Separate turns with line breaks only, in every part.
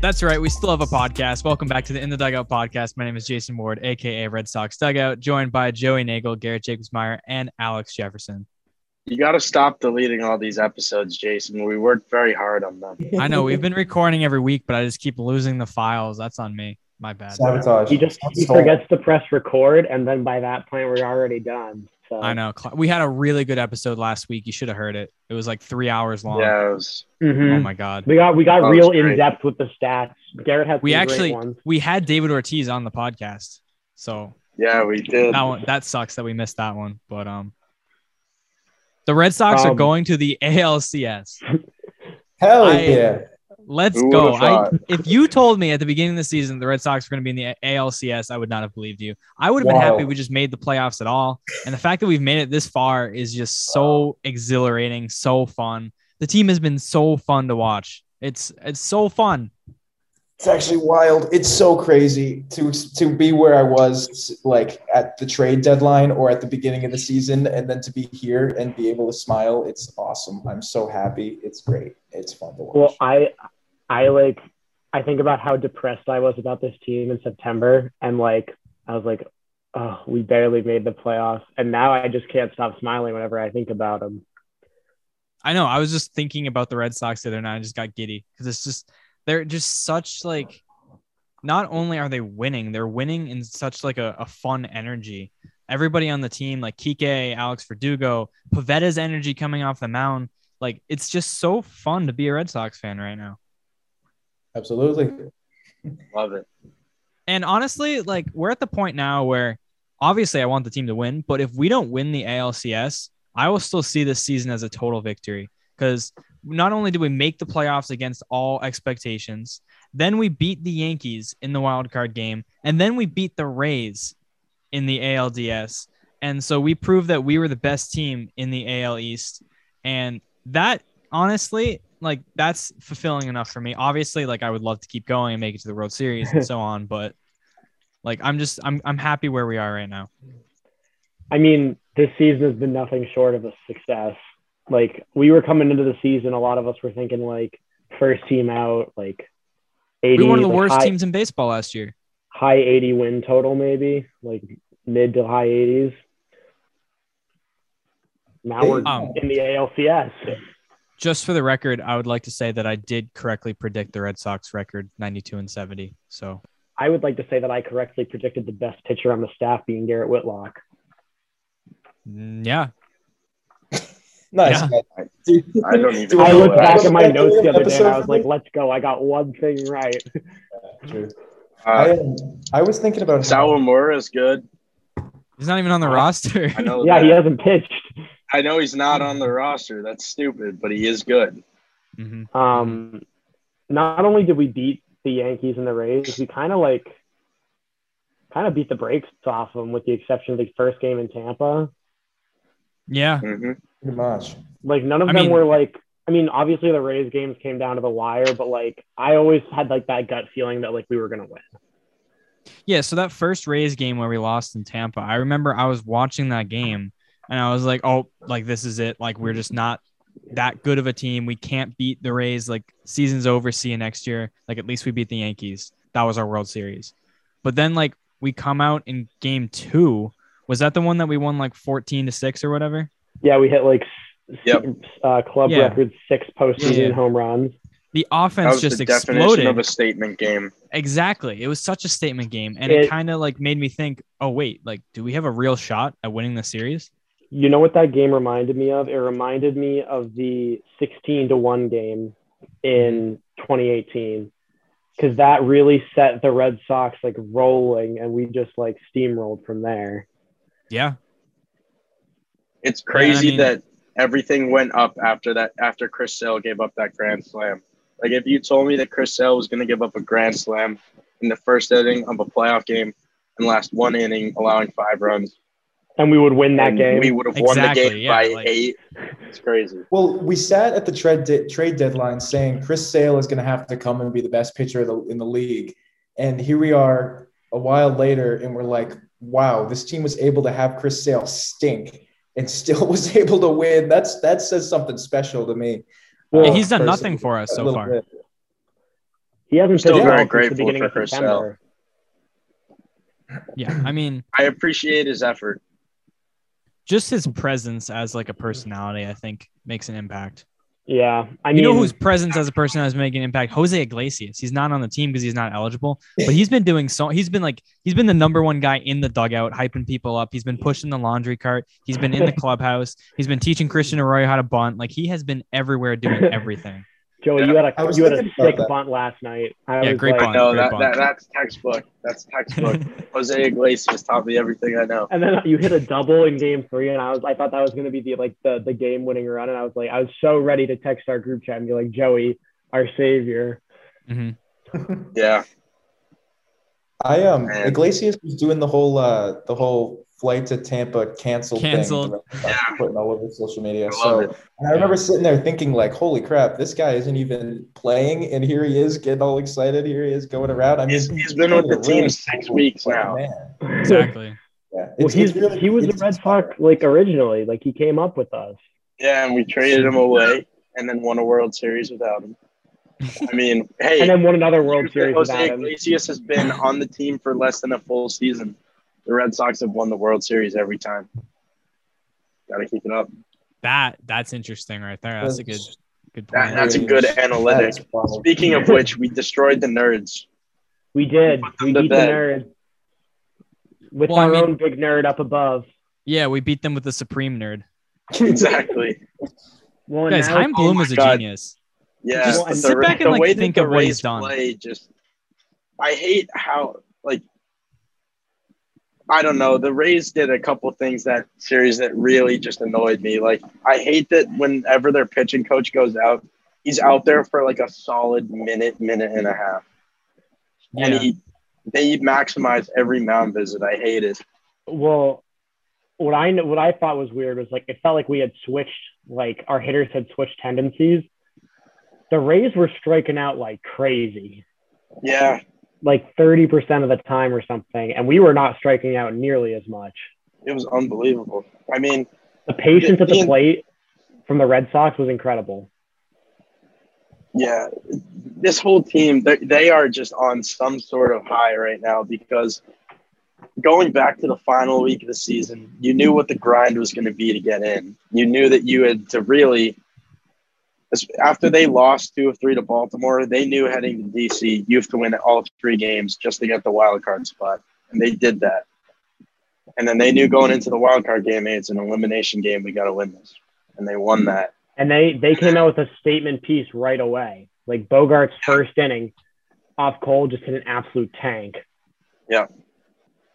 That's right. We still have a podcast. Welcome back to the In the Dugout podcast. My name is Jason Ward, aka Red Sox Dugout, joined by Joey Nagel, Garrett Jacobsmeyer, and Alex Jefferson.
You got to stop deleting all these episodes, Jason. We worked very hard on them.
I know we've been recording every week, but I just keep losing the files. That's on me. My bad.
Sabotage.
He just he
Stole.
forgets to press record, and then by that point, we're already done. So
I know. Cl- We had a really good episode last week. You should have heard it. It was like three hours long.
Yeah, it was-
Mhm.
Oh my God.
We got we got
That was
real
great.
in depth with the stats. Garrett has
We
some
actually-
great ones.
We had David Ortiz on the podcast. So
yeah, we did.
that one that sucks that we missed that one. But um the Red Sox are
Problem.
going to the ALCS.
Hell
I-
yeah.
Let's
Who
go.
would've
I,
thought?
if you told me at the beginning of the season the Red Sox were going to be in the A- ALCS, I would not have believed you. I would have been
Wow.
happy we just made the playoffs at all. And the fact that we've made it this far is just so exhilarating, so fun. The team has been so fun to watch. It's it's so fun.
It's actually wild. It's so crazy to to be where I was, like at the trade deadline or at the beginning of the season, and then to be here and be able to smile. It's awesome. I'm so happy. It's great. It's fun to watch.
Well, I I like I think about how depressed I was about this team in September, and like I was like, oh, we barely made the playoffs, and now I just can't stop smiling whenever I think about them.
I know. I was just thinking about the Red Sox the other night. I just got giddy because it's just they're just such like. Not only are they winning, they're winning in such like a, a fun energy. Everybody on the team, like Kike, Alex Verdugo, Pavetta's energy coming off the mound, like it's just so fun to be a Red Sox fan right now.
Absolutely.
Love it.
And honestly, like we're at the point now where obviously I want the team to win, but if we don't win the ALCS, I will still see this season as a total victory because not only do we make the playoffs against all expectations, then we beat the Yankees in the wild card game, and then we beat the Rays in the ALDS. And so we proved that we were the best team in the AL East. And that honestly, like that's fulfilling enough for me. Obviously, like I would love to keep going and make it to the World Series and so on, but like I'm just I'm I'm happy where we are right now.
I mean, this season has been nothing short of a success. Like we were coming into the season, a lot of us were thinking like first team out, like eighty.
We were one of the
like,
worst
high,
teams in baseball last year.
High eighty win total, maybe like mid to high eighties. Now we're
Um,
in the ALCS.
Just for the record, I would like to say that I did correctly predict the Red Sox record 92 and 70. So
I would like to say that I correctly predicted the best pitcher on the staff being Garrett Whitlock.
mm, yeah,
nice.
Yeah.
guys. Do-
I don't even
do
know
I
we-
what
looked
do we
back
have
at my
a
notes the other day and
episode
I was
for
like,
me?
let's go. I got one thing right.
True. I,
Uh,
um, I was thinking about how
Sawamura is good.
he's not even on the roster.
I know.
Yeah,
that.
he hasn't pitched.
I know he's not on the roster. That's stupid, but he is good.
Mhm.
Um,
Mm-hmm.
not only did we beat the Yankees and the Rays, we kind of like kind of beat the brakes off them, with the exception of the first game in Tampa.
Yeah,
hmm
pretty much.
Like none of
I
them
mean-
were like. I mean, obviously the Rays games came down to the wire, but like I always had like that gut feeling that like we were gonna win.
Yeah, so that first Rays game where we lost in Tampa, I remember I was watching that game and I was like, oh, like this is it. Like we're just not that good of a team. We can't beat the Rays. Like season's over. See you next year. Like at least we beat the Yankees. That was our World Series. But then like we come out in game two. Was that the one that we won like 14 to 6 or whatever?
Yeah, we hit like s-
Yep.
uh, club
Yeah.
record six postseason
Yeah, yeah.
home runs.
The
That
offense
was
just
the
exploded.
definition of a statement game.
Exactly. It was such a statement game. And it
It-
kind of like made me think, oh, wait, like, do we have a real shot at winning the series?
You know what that game reminded me of? It reminded me of the 16 to 1 game in 2018 because that really set the Red Sox like rolling and we just like steamrolled from there.
Yeah.
It's crazy
mean-
that everything went up after that. After Chris Sale gave up that grand slam. Like if you told me that Chris Sale was going to give up a grand slam in the first inning of a playoff game and last one inning, allowing five runs,
And we would win that
and
game.
we would have
Exactly,
won the game
yeah,
by
like-
eight. It's crazy.
Well, we sat at the trade de- trade deadline saying Chris Sale is going to have to come and be the best pitcher of the, in the league, and here we are a while later, and we're like, wow, this team was able to have Chris Sale stink and still was able to win. That's that says something special to me.
Well,
Yeah, he's done
personally,
nothing for us
a
so
little
far.
bit.
He hasn't
Still
pitched
very
well since the
grateful
beginning
for
of
Chris
September.
Yeah, I mean,
I appreciate his effort.
just his presence as like a personality, I think, makes an impact.
Yeah, I
you
mean,
know whose presence as a person has making an impact? Jose Iglesias. He's not on the team because he's not eligible, but he's been doing so. He's been like he's been the number one guy in the dugout, hyping people up. He's been pushing the laundry cart. He's been in the clubhouse. He's been teaching Christian Arroyo how to bunt. Like he has been everywhere doing everything.
Joey,
Yeah,
you had
I
a
was
you had a
thinking about
sick
that.
bunt last night. I
Yeah,
was
great
like,
bunt.
No,
great
that, that
bunt.
that's textbook. That's textbook. Jose Iglesias taught me everything I know.
And then you hit a double in game three, and I was I thought that was going to be the like the the game winning run, and I was like I was so ready to text our group chat and be like Joey, our savior.
hmm
Yeah,
I um
Man.
Iglesias was doing the whole uh the whole flight to Tampa canceled
Canceled.
thing that I was putting all over social media.
I love
so
it.
and I remember sitting there thinking like, holy crap, this guy isn't even playing, and here he is getting all excited. Here he is going around. I mean,
He's- he's been with the team six weeks
Like,
now.
Man.
Exactly.
Yeah.
well,
It's- it's
he's
really-
he was the
it's
Red
inspiring.
Sox like originally, like he came up with us.
Yeah, and we traded him away and then won a World Series without him. I mean, hey,
and then won another World
Jose
Series without him.
Iglesias has been on the team for less than a full season. The Red Sox have won the World Series every time. Got to keep it up.
That that's interesting right there. That's a good good
That-
point.
that's a good analytic.
That's wild.
Speaking of which, we destroyed the nerds.
We did.
Put them
We
to
beat the
bed.
nerd with
Well, I
our
mean-
own big nerd up above.
Yeah, we beat them with the Supreme nerd.
Exactly.
Well, and
Guys,
now,
Heim Bloom
my
is a
God.
genius.
Yeah.
Just
but
sit
the-
back and,
the
like,
way that
think
the
of what he's
Rays
done.
Play just, I hate how like. I don't know. The Rays did a couple things that series that really just annoyed me. Like I hate that whenever their pitching coach goes out, he's out there for like a solid minute, minute and a half, and
Yeah.
he they maximize every mound visit. I hate it.
well, what I kn- what I thought was weird was like it felt like we had switched, like our hitters had switched tendencies. The Rays were striking out like crazy,
Yeah,
like thirty percent of the time or something, and we were not striking out nearly as much.
it was unbelievable. I mean,
The patience at the
Yeah.
plate from the Red Sox was incredible.
Yeah, this whole team, they- they are just on some sort of high right now because going back to the final week of the season, you knew what the grind was going to be to get in. You knew that you had to really, after they lost two of three to Baltimore, they knew heading to DC, you have to win all three games just to get the wild card spot. And they did that. And then they knew going into the wild card game, hey, it's an elimination game. We got to win this. And they won that.
And they they came out with a statement piece right away. Like Bogart's first inning off Cole just hit an absolute tank.
Yeah.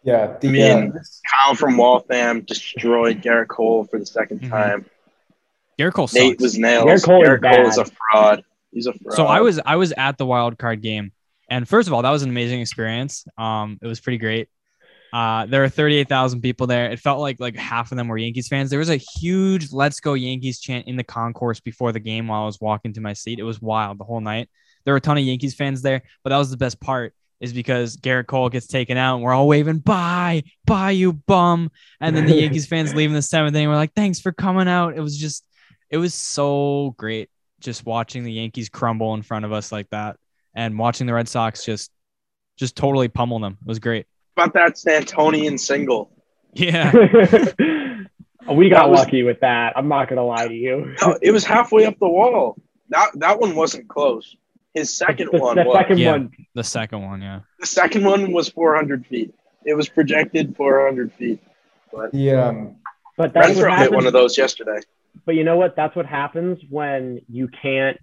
The,
I mean,
uh,
Kyle from Waltham destroyed Garrett Cole for the 2nd
Mhm.
time.
Garrett Cole sucks.
Nate was nails.
Garrett Cole is
Cole is a
bad.
fraud. He's a fraud.
So I was I was at the wild card game, and first of all, that was an amazing experience. Um, it was pretty great. Uh, there were thirty eight thousand people there. It felt like like half of them were Yankees fans. There was a huge "Let's Go Yankees" chant in the concourse before the game while I was walking to my seat. It was wild the whole night. There were a ton of Yankees fans there, but that was the best part is because Garrett Cole gets taken out and we're all waving bye, bye you bum, and then the Yankees fans leaving the seventh inning. We're like, thanks for coming out. It was just, it was so great just watching the Yankees crumble in front of us like that and watching the Red Sox just just totally pummel them. It was great.
How about that Santonian single.
Yeah.
we
That
got
was-
lucky with that. I'm not gonna lie to you.
No, it was halfway up the wall. That that one wasn't close. His second
the,
one
the
was.
second
Yeah.
one.
The second one, yeah.
the second one was 400 feet. It was projected 400 feet.
the um,
But that's
Renfro
what
hit
happens.
one of those yesterday.
but you know what? That's what happens when you can't.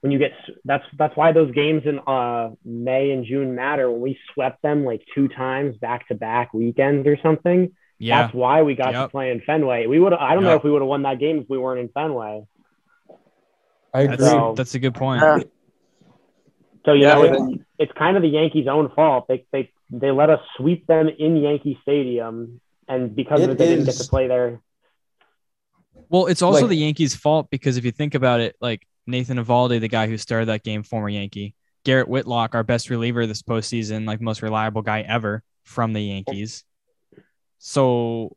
When you get s- that's that's why those games in uh, May and June matter. When we swept them like two times back to back weekends or something,
Yeah.
That's why we got to
Yep.
play in Fenway. We would I don't know
Yep.
if we would have won that game if we weren't in Fenway.
I agree.
That's
So-
that's a good point.
Yeah.
So you
Yeah,
know
but
it's,
then-
it's kind of the Yankees' own fault. They they they let us sweep them in Yankee Stadium, and because of
It
it, they didn't get
is-
to play there.
Well, it's also
Like-
the Yankees' fault because if you think about it, like Nathan Evaldi, the guy who started that game, former Yankee, Garrett Whitlock, our best reliever this postseason, like most reliable guy ever from the Yankees. So,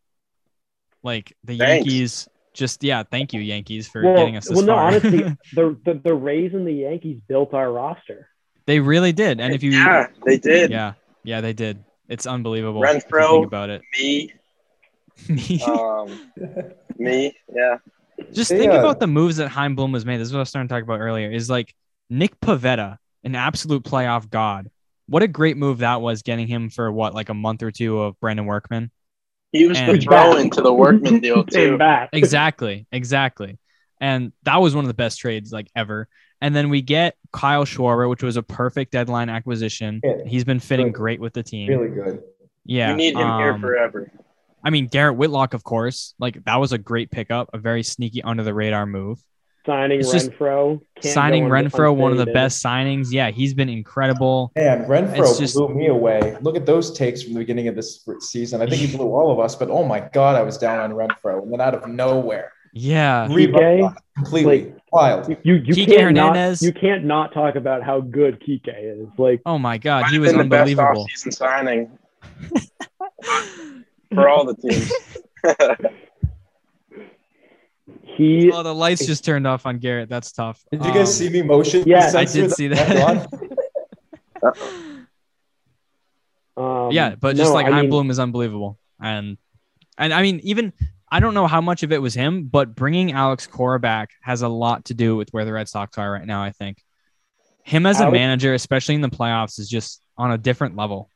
like the
Thanks.
Yankees, just yeah, thank you Yankees for
Well,
getting us this
well, no,
far.
honestly, the, the the Rays and the Yankees built our roster.
They really did. And if you
yeah, they did.
yeah, yeah, they did. It's unbelievable. if you
Renfro,
think about it.
Me, um, me, yeah.
Just
They,
think
uh,
about the moves that Heim Bloom was made. This is what I was starting to talk about earlier. Is like Nick Pavetta, an absolute playoff god. What a great move that was, getting him for what, like a month or two of Brandon Workman.
He was the
And-
throw into the workman deal
Came
too.
back.
Exactly, exactly. And that was one of the best trades like ever. And then we get Kyle Schwarber, which was a perfect deadline acquisition.
Yeah.
He's been fitting
Good.
great with the team.
Really good.
Yeah,
you need him here
um,
forever.
I mean, Garrett Whitlock, of course. Like that was a great pickup, a very sneaky under the radar move.
Signing
It's just-
Renfro. Can't go
Signing
un-
Renfro, one of the
unstated.
best signings. Yeah, he's been incredible.
Man,
It's
Renfro
just-
blew me away. Look at those takes from the beginning of this season. I think he blew all of us, but oh my god, I was down on Renfro, and then out of nowhere,
Yeah,
Rebound completely wild.
You you, you
Kike
can't
Hernandez.
not you can't not talk about how good Kike is. Like
Oh my God,
Might
he
have
was
been the best
unbelievable.
offseason signing for all the teams.
he
Oh, the lights just turned off on Garrett. That's tough.
Did you guys
Um,
see me motion?
yeah, I
I
sensor
did see that.
on?
um,
yeah, but just
no,
like
I mean,
Heim Bloom is unbelievable, and and I mean even I don't know how much of it was him, but bringing Alex Cora back has a lot to do with where the Red Sox are right now. I think him as a
Alex-
manager, especially in the playoffs, is just on a different level.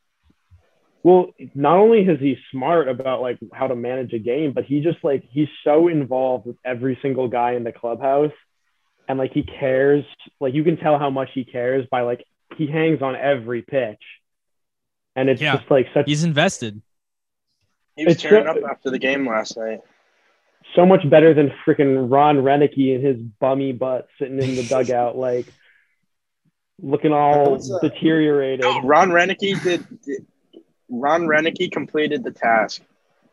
Well, not only is he smart about like how to manage a game, but he just like he's so involved with every single guy in the clubhouse, and like he cares. Like you can tell how much he cares by like he hangs on every pitch, and it's
Yeah.
just like such
He's invested.
He was
It's
tearing
so-
up after the game last night.
so much better than freaking Ron Renicky and his bummy butt sitting in the dugout, like looking all
What's that?
deteriorated.
No, Ron Renicky did, did- Ron Renicky completed the task.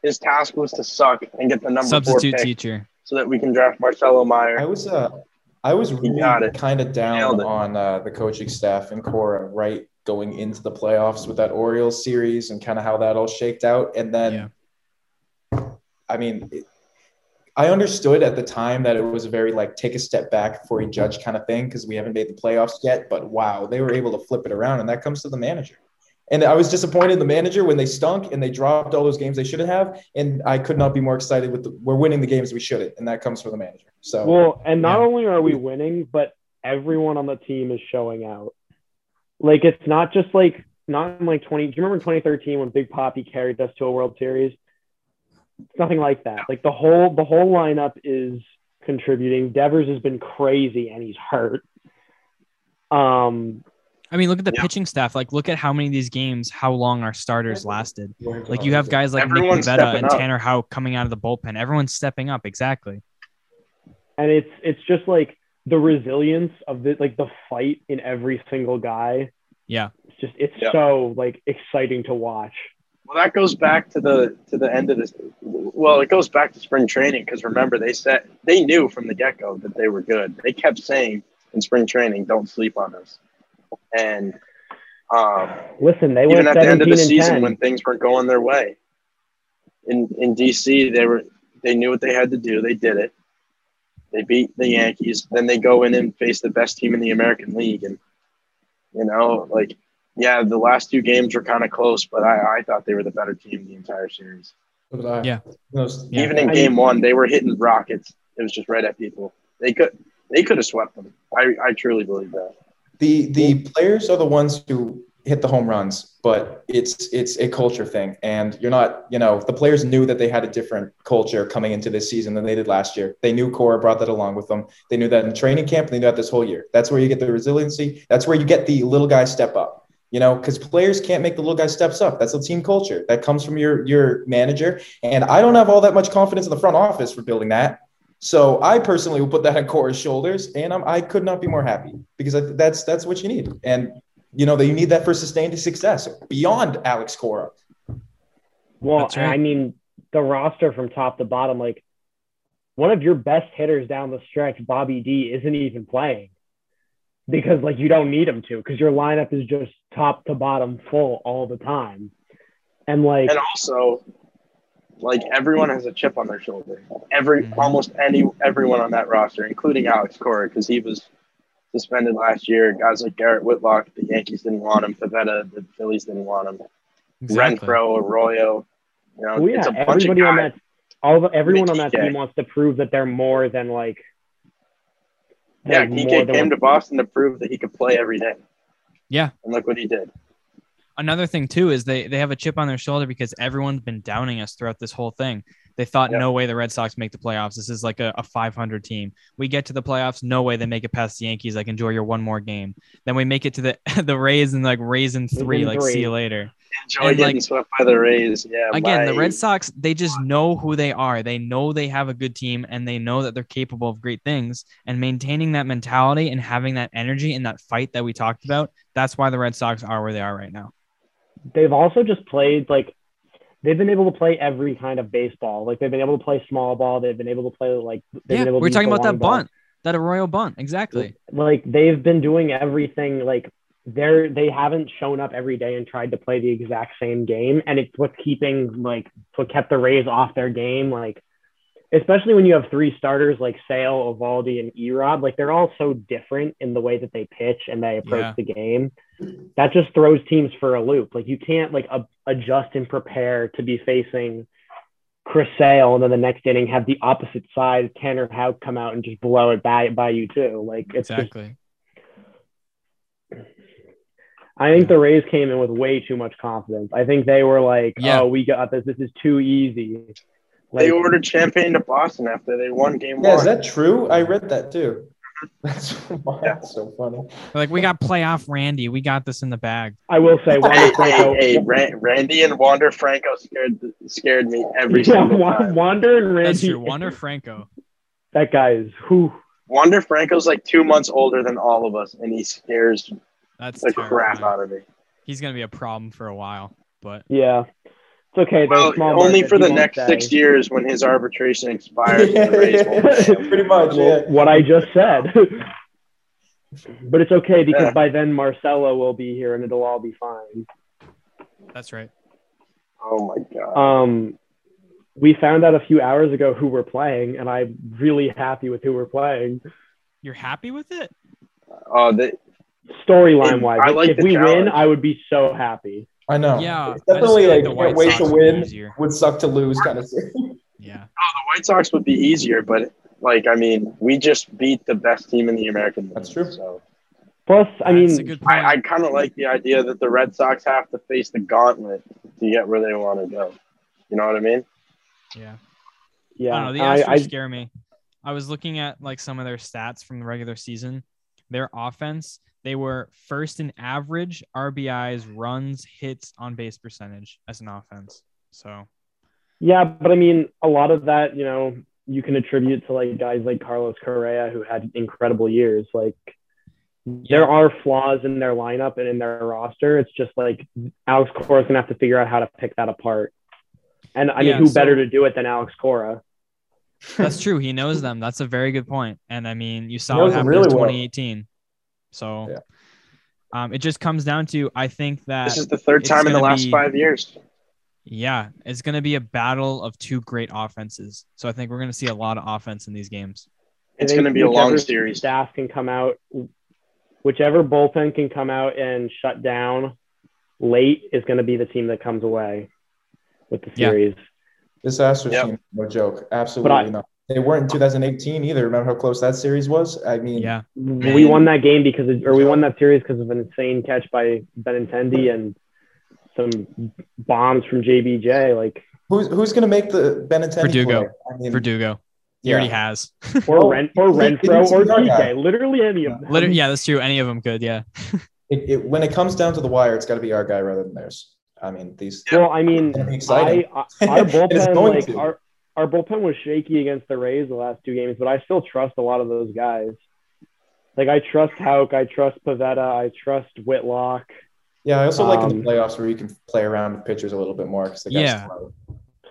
His task was to suck and get the number
Substitute
four pick
teacher.
so that we can draft Marcelo Meyer.
I was uh, I was really
got it.
kind of down
Nailed it.
on uh, the coaching staff and Cora right going into the playoffs with that Orioles series and kind of how that all shaked out, and then.
Yeah.
I mean, it, I understood at the time that it was a very like take a step back before you judge kind of thing because we haven't made the playoffs yet. But wow, they were able to flip it around, and that comes to the manager. And I was disappointed in the manager when they stunk and they dropped all those games they shouldn't have. And I could not be more excited with the, we're winning the games we shouldn't, and that comes from the manager. So
Well, and not
Yeah.
only are we winning, but everyone on the team is showing out. Like it's not just like not in like twenty. Do you remember in twenty thirteen when Big Poppy carried us to a World Series? It's nothing like that. Like the whole the whole lineup is contributing. Devers has been crazy and he's hurt. Um,
I mean, look at the
Yeah.
pitching staff. Like, look at how many of these games, how long our starters lasted. Like, you have guys like
Everyone's
Nick Pavetta
stepping
and
up.
Tanner Houck coming out of the bullpen. Everyone's stepping up. Exactly.
and it's it's just like the resilience of the like the fight in every single guy.
Yeah.
It's just it's
Yeah.
so like exciting to watch.
Well, that goes back to the to the end of this. Well, it goes back to spring training because remember they said they knew from the get go that they were good. They kept saying in spring training, "Don't sleep on us." And um,
Listen, they
even
went
at the end of
seventeen
the
and
season
ten.
when things weren't going their way, in in DC they were they knew what they had to do. They did it. They beat the Yankees. Then they go in and face the best team in the American League, and you know, like, yeah, the last two games were kind of close, but I, I thought they were the better team the entire series.
Yeah.
Those,
Yeah.
Even in
I
game
mean-
one, they were hitting rockets. It was just right at people. They could they could have swept them. I, I truly believe that.
the the players are the ones who hit the home runs but it's it's a culture thing and you're not you know the players knew that they had a different culture coming into this season than they did last year they knew cora brought that along with them they knew that in training camp they knew that this whole year that's where you get the resiliency that's where you get the little guy step up you know because players can't make the little guy steps up that's the team culture that comes from your your manager and i don't have all that much confidence in the front office for building that so I personally will put that on Cora's shoulders, and I'm, I could not be more happy because I, that's that's what you need, and you know that you need that for sustained success beyond Alex Cora.
Well,
That's right.
I mean, the roster from top to bottom, like one of your best hitters down the stretch, Bobby D, isn't even playing because, like, you don't need him to because your lineup is just top to bottom full all the time. And, like,
and uh, also like everyone has a chip on their shoulder every
Mm-hmm.
Mhm.
almost any everyone on that roster including alex cora because he was suspended last year. Guys like Garrett Whitlock, the Yankees didn't want him. Pavetta, the Phillies didn't want him. Renfro, Arroyo. You know,
Well, Oh, yeah,
it's a bunch of
everybody on
guys.
that, all of, everyone on that
Nikkei.
team wants to prove that they're more than like.
Yeah,
like, more
Kike
than
came
what-
to Boston to prove that he could play every day.
Yeah.
And look what he did.
Another thing too is they they have a chip on their shoulder because everyone's been downing us throughout this whole thing. They thought
Yeah.
no way the Red Sox make the playoffs. This is like a, a 500 team. We get to the playoffs, no way they make it past the Yankees. Like enjoy your one more game. Then we make it to the the Rays and like Rays in three.
in
Like see
three.
you later.
Enjoy
And, like,
getting swept by the Rays. Yeah.
Again, the
my-
Red Sox they just know who they are. They know they have a good team and they know that they're capable of great things. And maintaining that mentality and having that energy and that fight that we talked about, that's why the Red Sox are where they are right now.
They've also just played like they've been able to play every kind of baseball. Like they've been able to play small ball. They've been able to play like they've
Yeah,
been able to
we're
use
talking
the
about that
long ball.
bunt, that Arroyo bunt, exactly.
Like they've been doing everything. Like they're they haven't shown up every day and tried to play the exact same game. And it's what's keeping like it's what kept the Rays off their game. Like especially when you have three starters like Sale, Ovaldi, and Erod. Like they're all so different in the way that they pitch and they approach
Yeah.
the game. That just throws teams for a loop. Like you can't like a- adjust and prepare to be facing Chris Sale, and then the next inning have the opposite side Tanner Houck come out and just blow it by by you too. Like it's just,
exactly.
I think
Yeah.
the Rays came in with way too much confidence. I think they were like,
Yeah.
oh, we got this. This is too easy.
they
Like,
ordered champagne to Boston after they won game
Yeah,
one.
is that true? I read that too. That's, that's so funny.
They're like we got playoff Randy, we got this in the bag.
I will say, Wander
hey, hey,
Franco,
hey, Ran- Randy and Wander Franco scared scared me every
yeah,
single
Wan-
time.
Wander and Randy,
That's true. Wander Franco.
that guy is who.
Wander Franco's like two months older than all of us, and he scares
That's
the
terrifying.
crap out of me.
He's gonna be a problem for a while, but
Yeah, it's okay. they're
Well,
small
only
market,
for
he
the
won't
next
stay.
six years when his arbitration expires. and the Rays won't pay him.
Pretty much,
Well,
yeah.
what I just said. but it's okay because
Yeah.
by then Marcelo will be here and it'll all be fine.
that's right.
Oh my god!
Um, we found out a few hours ago who we're playing, and I'm really happy with who we're playing.
You're happy with it?
Oh, they,
Storyline
And
wise,
I
if-
like
if
the
we
challenge.
win, I would be so happy.
I know.
yeah. I
Oh. It's
just
definitely
feel
like
the
can't
White
wait
Sox
to
would be
win.
easier.
Would suck to lose, kind of.
Yeah.
the White Sox would be easier, but like I mean, we just beat the best team in the American. League,
That's true.
So
Plus, I
that's a
mean,
good point.
I, I kind of like the idea that the Red Sox have to face the gauntlet to get where they want to go. You know what I mean?
yeah. I
yeah,
don't know. The
I,
Astros
I,
scare me. I was looking at like some of their stats from the regular season. Their offense, they were first in average RBIs, runs, hits, on base percentage as an offense. So
yeah, but I mean, a lot of that, you know, you can attribute to like guys like Carlos Correa who had incredible years. Like, there are flaws in their lineup and in their roster. It's just like Alex Cora's gonna have to figure out how to pick that apart. And I mean,
Yeah,
who
so-
better to do it than Alex Cora?
That's true. He knows them. That's a very good point. And I mean, you saw
knows
what
them
happened in
really well.
2018. So
Yeah.
um, it just comes down to I think that
This is the third
it's
time in the
gonna
last
be-
five years.
yeah, it's going to be a battle of two great offenses. So I think we're going to see a lot of offense in these games.
I
It's
think
going to be a long
whichever
series.
Staff can come out, whichever bullpen can come out and shut down late is going to be the team that comes away with the
Yeah.
series.
This Astros
Yep.
team, no joke. Absolutely not. They weren't in 2018 either. Remember how close that series was? I mean,
Yeah.
We won that game because, of, or we won that series because of an insane catch by Benintendi and some bombs from JBJ. Like,
who's who's going to make the Benintendi
Verdugo.
play? I mean,
Verdugo. He
yeah.
already has.
or
Well,
Ren, or
Oh, he- he
Renfro,
was
or
our guy.
TJ, literally any of them.
Literally, yeah, that's true. Any of them could. Yeah.
It, it, when it comes down to the wire, it's got to be our guy rather than theirs. I mean, these.
Well, I mean,
It's gonna be exciting.
I, I, our
It is
bullpen,
going
like
to.
our, our bullpen was shaky against the Rays the last two games, but I still trust a lot of those guys. Like I trust Hauk, I trust Pavetta, I trust Whitlock.
Yeah, I also like in
Um,
the playoffs where you can play around with pitchers a little bit more because the guys
Yeah.
slow.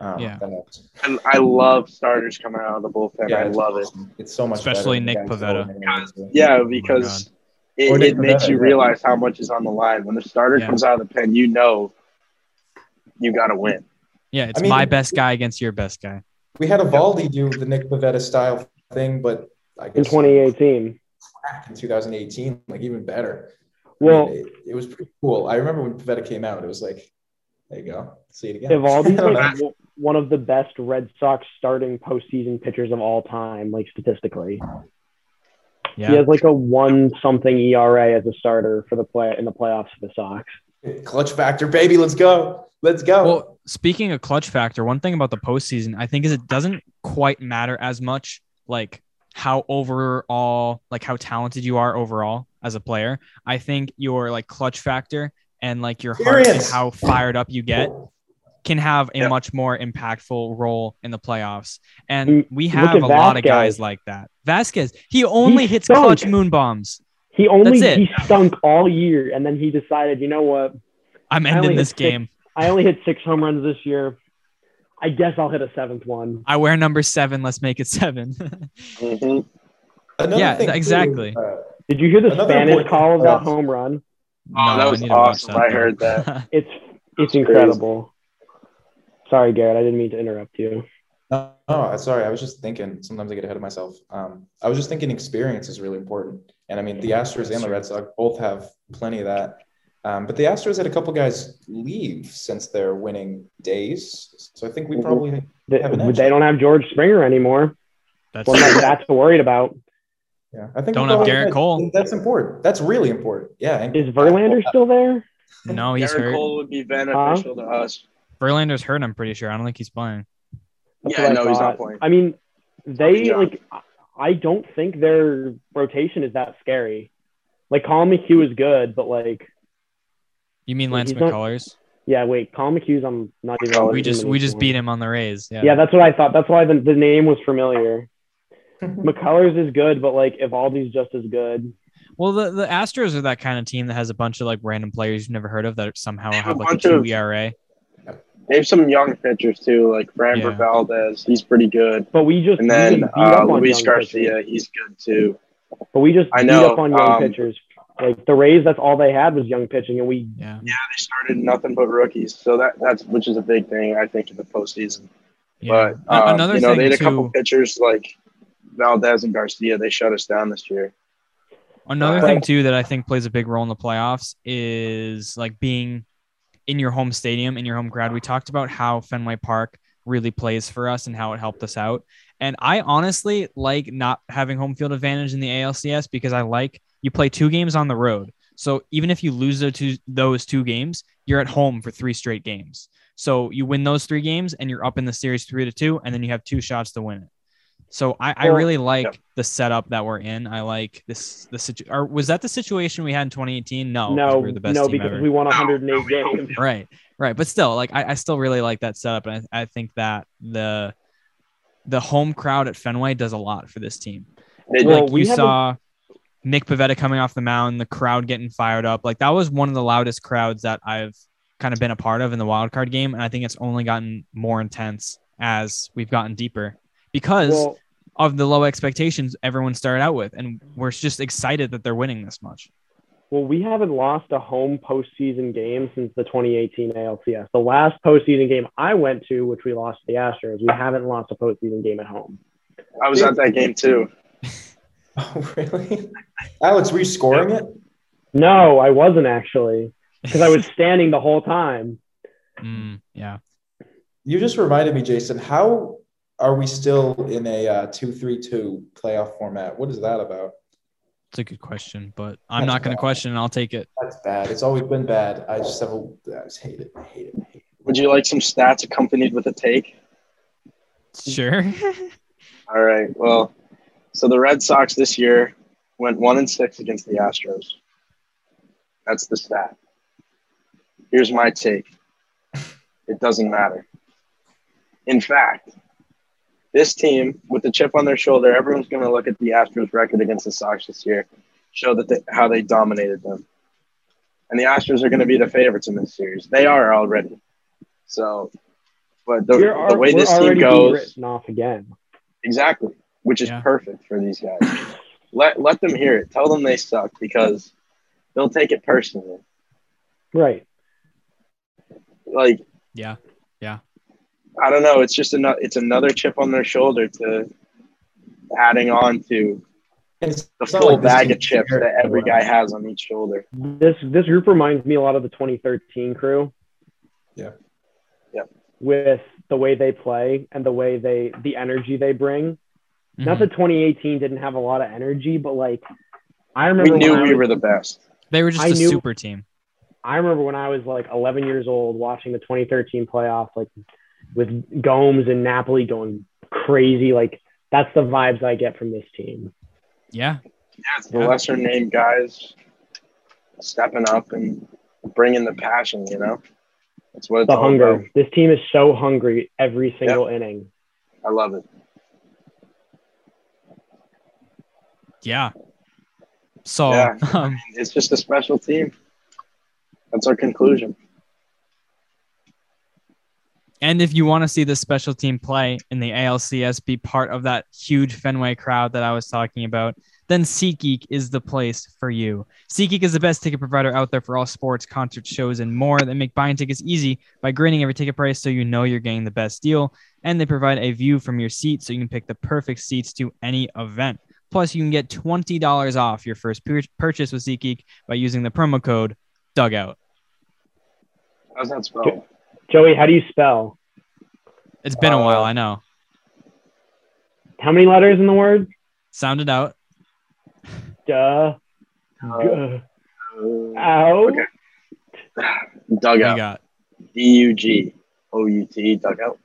Um,
Yeah.
that helps.
And I love starters coming out of the bullpen.
Yeah,
I
it's
love it.
awesome. It's so much
Especially
better than
Nick
the guys
Pivetta.
throwing in.
Yeah,
Oh God.
because
Or
it,
Nick
it makes
Pavetta,
you
yeah.
realize how much is on the line. When the starter
Yeah.
comes out of the pen, you know you got to win.
Yeah. It's
mean-
my best guy against your best guy.
We had a Valdi do the Nick Pavetta style thing, but I guess
in 2018.
crack in 2018, like even better.
Well,
it, it was pretty cool. I remember when Pavetta came out, it was like, there you go, see it again.
Evaldi's
I don't know.
like w- one of the best Red Sox starting postseason pitchers of all time, like statistically.
Yeah.
He has like a one something ERA as a starter for the play in the playoffs for the Sox.
Clutch factor, baby. Let's go. Let's go.
Well, speaking of clutch factor, one thing about the postseason, I think, is it doesn't quite matter as much, like how overall, like how talented you are overall as a player. I think your like clutch factor and like your heart and
Experience.
how fired up you get can have a
Yeah.
much more impactful role in the playoffs. And
Mm,
we
look
have a
at
lot of
Vasquez.
guys like that. Vasquez, he only hits
stunk.
clutch moon bombs.
He only
That's it.
he stunk all year, and then he decided, you know what?
I'm
I only
ending
hit
this
six.
game.
I only hit six home runs this year. I guess I'll hit a seventh one.
I wear number seven. Let's make it seven.
Oh,
Mm-hmm.
Mhm.
Another
yeah,
too,
exactly.
uh,
Did you hear the
Another
Spanish
important
call of that
playoff.
home run?
Oh, that
I
was
need to watch
awesome. I
though.
heard that.
It's it's
crazy.
incredible. Sorry, Garrett, I didn't mean to interrupt you.
No, no, uh, oh, sorry. I was just thinking. Sometimes I get ahead of myself. Um, I was just thinking experience is really important, and I mean the Astros and the Red Sox both have plenty of that. Um, but the Astros had a couple guys leave since their winning days, so I think we
Mhm.
probably
They,
Have an edge.
they don't have George Springer anymore.
That's
Well, that- that's worried about.
yeah. I think
Don't
we
have
probably-
Garrett Cole.
That's important. That's really important. Yeah. and-
Is Verlander still there?
no, Oh, he's
Garrett
hurt.
Cole would be beneficial to us.
Verlander's hurt. I'm pretty sure. I don't think he's playing.
That's
Yeah,
what I
no, he's not
thought.
playing.
I mean, they
Yeah.
like. I- I don't think their rotation is that scary. Like, Colin McHugh is good, but like,
You mean
Yeah,
Lance
he's not-
McCullers?
yeah, wait, Colin McHugh's. I'm not even.
We
We
watching
just
him
we just
anymore.
beat him on the Rays. Yeah.
Yeah. that's what I thought. That's why the, the name was familiar. McCullers is good, but like, Evaldi's just as good.
Well, the, the Astros are that kind of team that has a bunch of like random players you've never heard of that somehow
have a
have like a
bunch
two
of-
ERA.
They have some young pitchers too, like
Yeah.
Framber Valdez. He's pretty good.
But we just
And
we
then
just beat
uh,
up on
Luis
young
Garcia,
pitchers.
he's good too.
But we just
I
beat
know,
up on young
um,
pitchers. Like the Rays, that's all they had was young pitching, and we
Yeah.
Yeah, they started nothing but rookies, so that that's which is a big thing I think in the postseason.
yeah.
But um,
A- another
you know,
thing
they had a
too.
couple pitchers like Valdez and Garcia. They shut us down this year.
Another
Right.
thing too that I think plays a big role in the playoffs is like being in your home stadium, in your home crowd. We talked about how Fenway Park really plays for us and how it helped us out. And I honestly like not having home field advantage in the ALCS because I like you play two games on the road. So even if you lose those two, those two games, you're at home for three straight games. So you win those three games and you're up in the series three to two, and then you have two shots to win it. So I, I
Well,
really like
yeah.
the setup that we're in. I like this the situ- or was that the situation we had in 2018? No, 'cause
no
we were the best
no
team
because
ever.
we won 108 games.
right, right. But still, like I, I still really like that setup, and I, I think that the the home crowd at Fenway does a lot for this team.
They
Well,
like
we
you
haven't-
saw Nick Pavetta coming off the mound, the crowd getting fired up. Like that was one of the loudest crowds that I've kind of been a part of in the wild card game, and I think it's only gotten more intense as we've gotten deeper because
Well,
of the low expectations everyone started out with, and we're just excited that they're winning this much.
well, we haven't lost a home postseason game since the 2018 ALCS. The last postseason game I went to, which we lost to the Astros, we haven't lost a postseason game at home.
I was at that game too.
Oh, really? Alex, were you scoring it?
No, I wasn't actually because I was standing the whole time.
Mm, yeah,
You just reminded me, Jason. How are we still in a uh, two-three-two playoff format? What is that about?
it's a good question, but I'm
That's
not going to
bad.
question. it. I'll take it.
That's bad. It's always been bad. I just have a. I just hate it. I hate it. I hate it.
Would you like some stats accompanied with a take?
Sure.
All right. Well, so the Red Sox this year went one and six against the Astros. That's the stat. Here's my take. It doesn't matter. In fact, this team with the chip on their shoulder, everyone's going to look at the Astros record against the Sox this year, show that they, how they dominated them. And the Astros are going to be the favorites in this series. They are already. So, but the,
We're
the
al-
way
we're
this team
already being
goes,
written off again.
Exactly, which is
Yeah.
perfect for these guys. let let them hear it. Tell them they suck because they'll take it personally.
Right.
Like
yeah.
I don't know, it's just another it's another chip on their shoulder to adding on to
it's
The
not
full
like this
bag
team-
of chips that every guy has on each shoulder.
This this group reminds me a lot of the 2013 crew.
Yeah.
Yep.
With the way they play and the way they the energy they bring. Not
Mhm.
that 2018 didn't have a lot of energy, but like I
We
remember
knew
when I
we
was-
were the best.
They were just
I
a
knew-
super team.
I remember when I was like 11 years old watching the 2013 playoffs, like with Gomes and Napoli going crazy. Like that's the vibes I get from this team.
Yeah.
Yes, the
Yeah.
lesser named guys stepping up and bringing the passion, you know? That's what it's
The
all
hunger.
about.
This team is so hungry every single inning.
I love it.
Yeah. So
Yeah.
um,
It's just a special team. That's our conclusion.
And if you want to see the special team play in the ALCS, be part of that huge Fenway crowd that I was talking about, then SeatGeek is the place for you. SeatGeek is the best ticket provider out there for all sports, concert shows, and more. They make buying tickets easy by grading every ticket price so you know you're getting the best deal. And they provide a view from your seat so you can pick the perfect seats to any event. Plus, you can get $20 off your first pur- purchase with SeatGeek by using the promo code DUGOUT.
How's that spelled?
Joey, how do you spell?
It's been a while,
Uh,
I know.
How many letters in the word?
Sounded out.
Duh.
Uh,
Duh. Ow.
okay.
What do
dugout.
you got?
D U G O U T dugout.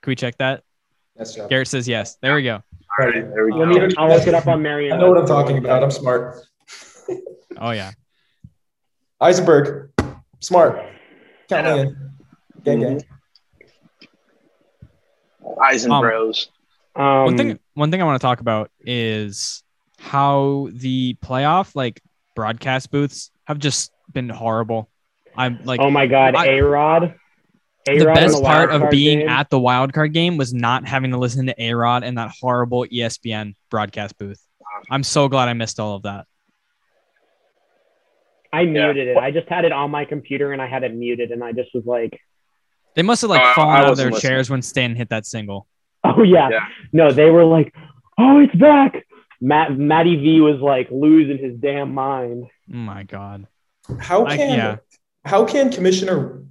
Can we check that?
That's right.
Garrett says yes. There we go.
All right, Uh, there we
Let
go.
me-
I'll look it up on Marion.
I know what
uh,
I'm talking about. I'm smart.
Oh yeah.
Eisenberg, smart. Count me in. Gang, gang.
Mm-hmm. Eisenbros.
Um,
one thing one thing I want to talk about is how the playoff like broadcast booths have just been horrible. I'm like
Um,
oh my God,
I-
A Rod.
the best part of being at the wild card game was not having to listen to A-Rod and that horrible E ESPN broadcast booth. I'm so glad I missed all of that.
I
Yeah.
muted it. I just had it on my computer and I had it muted and I just was like,
They must have like
Oh, I-
fallen
I
out of
wasn't
their
listening.
chairs when Stan hit that single.
oh yeah.
Yeah.
No, they were like, oh, it's back. Matt Matty V was like losing his damn mind.
Oh my god.
How
I-
can
yeah.
how can Commissioner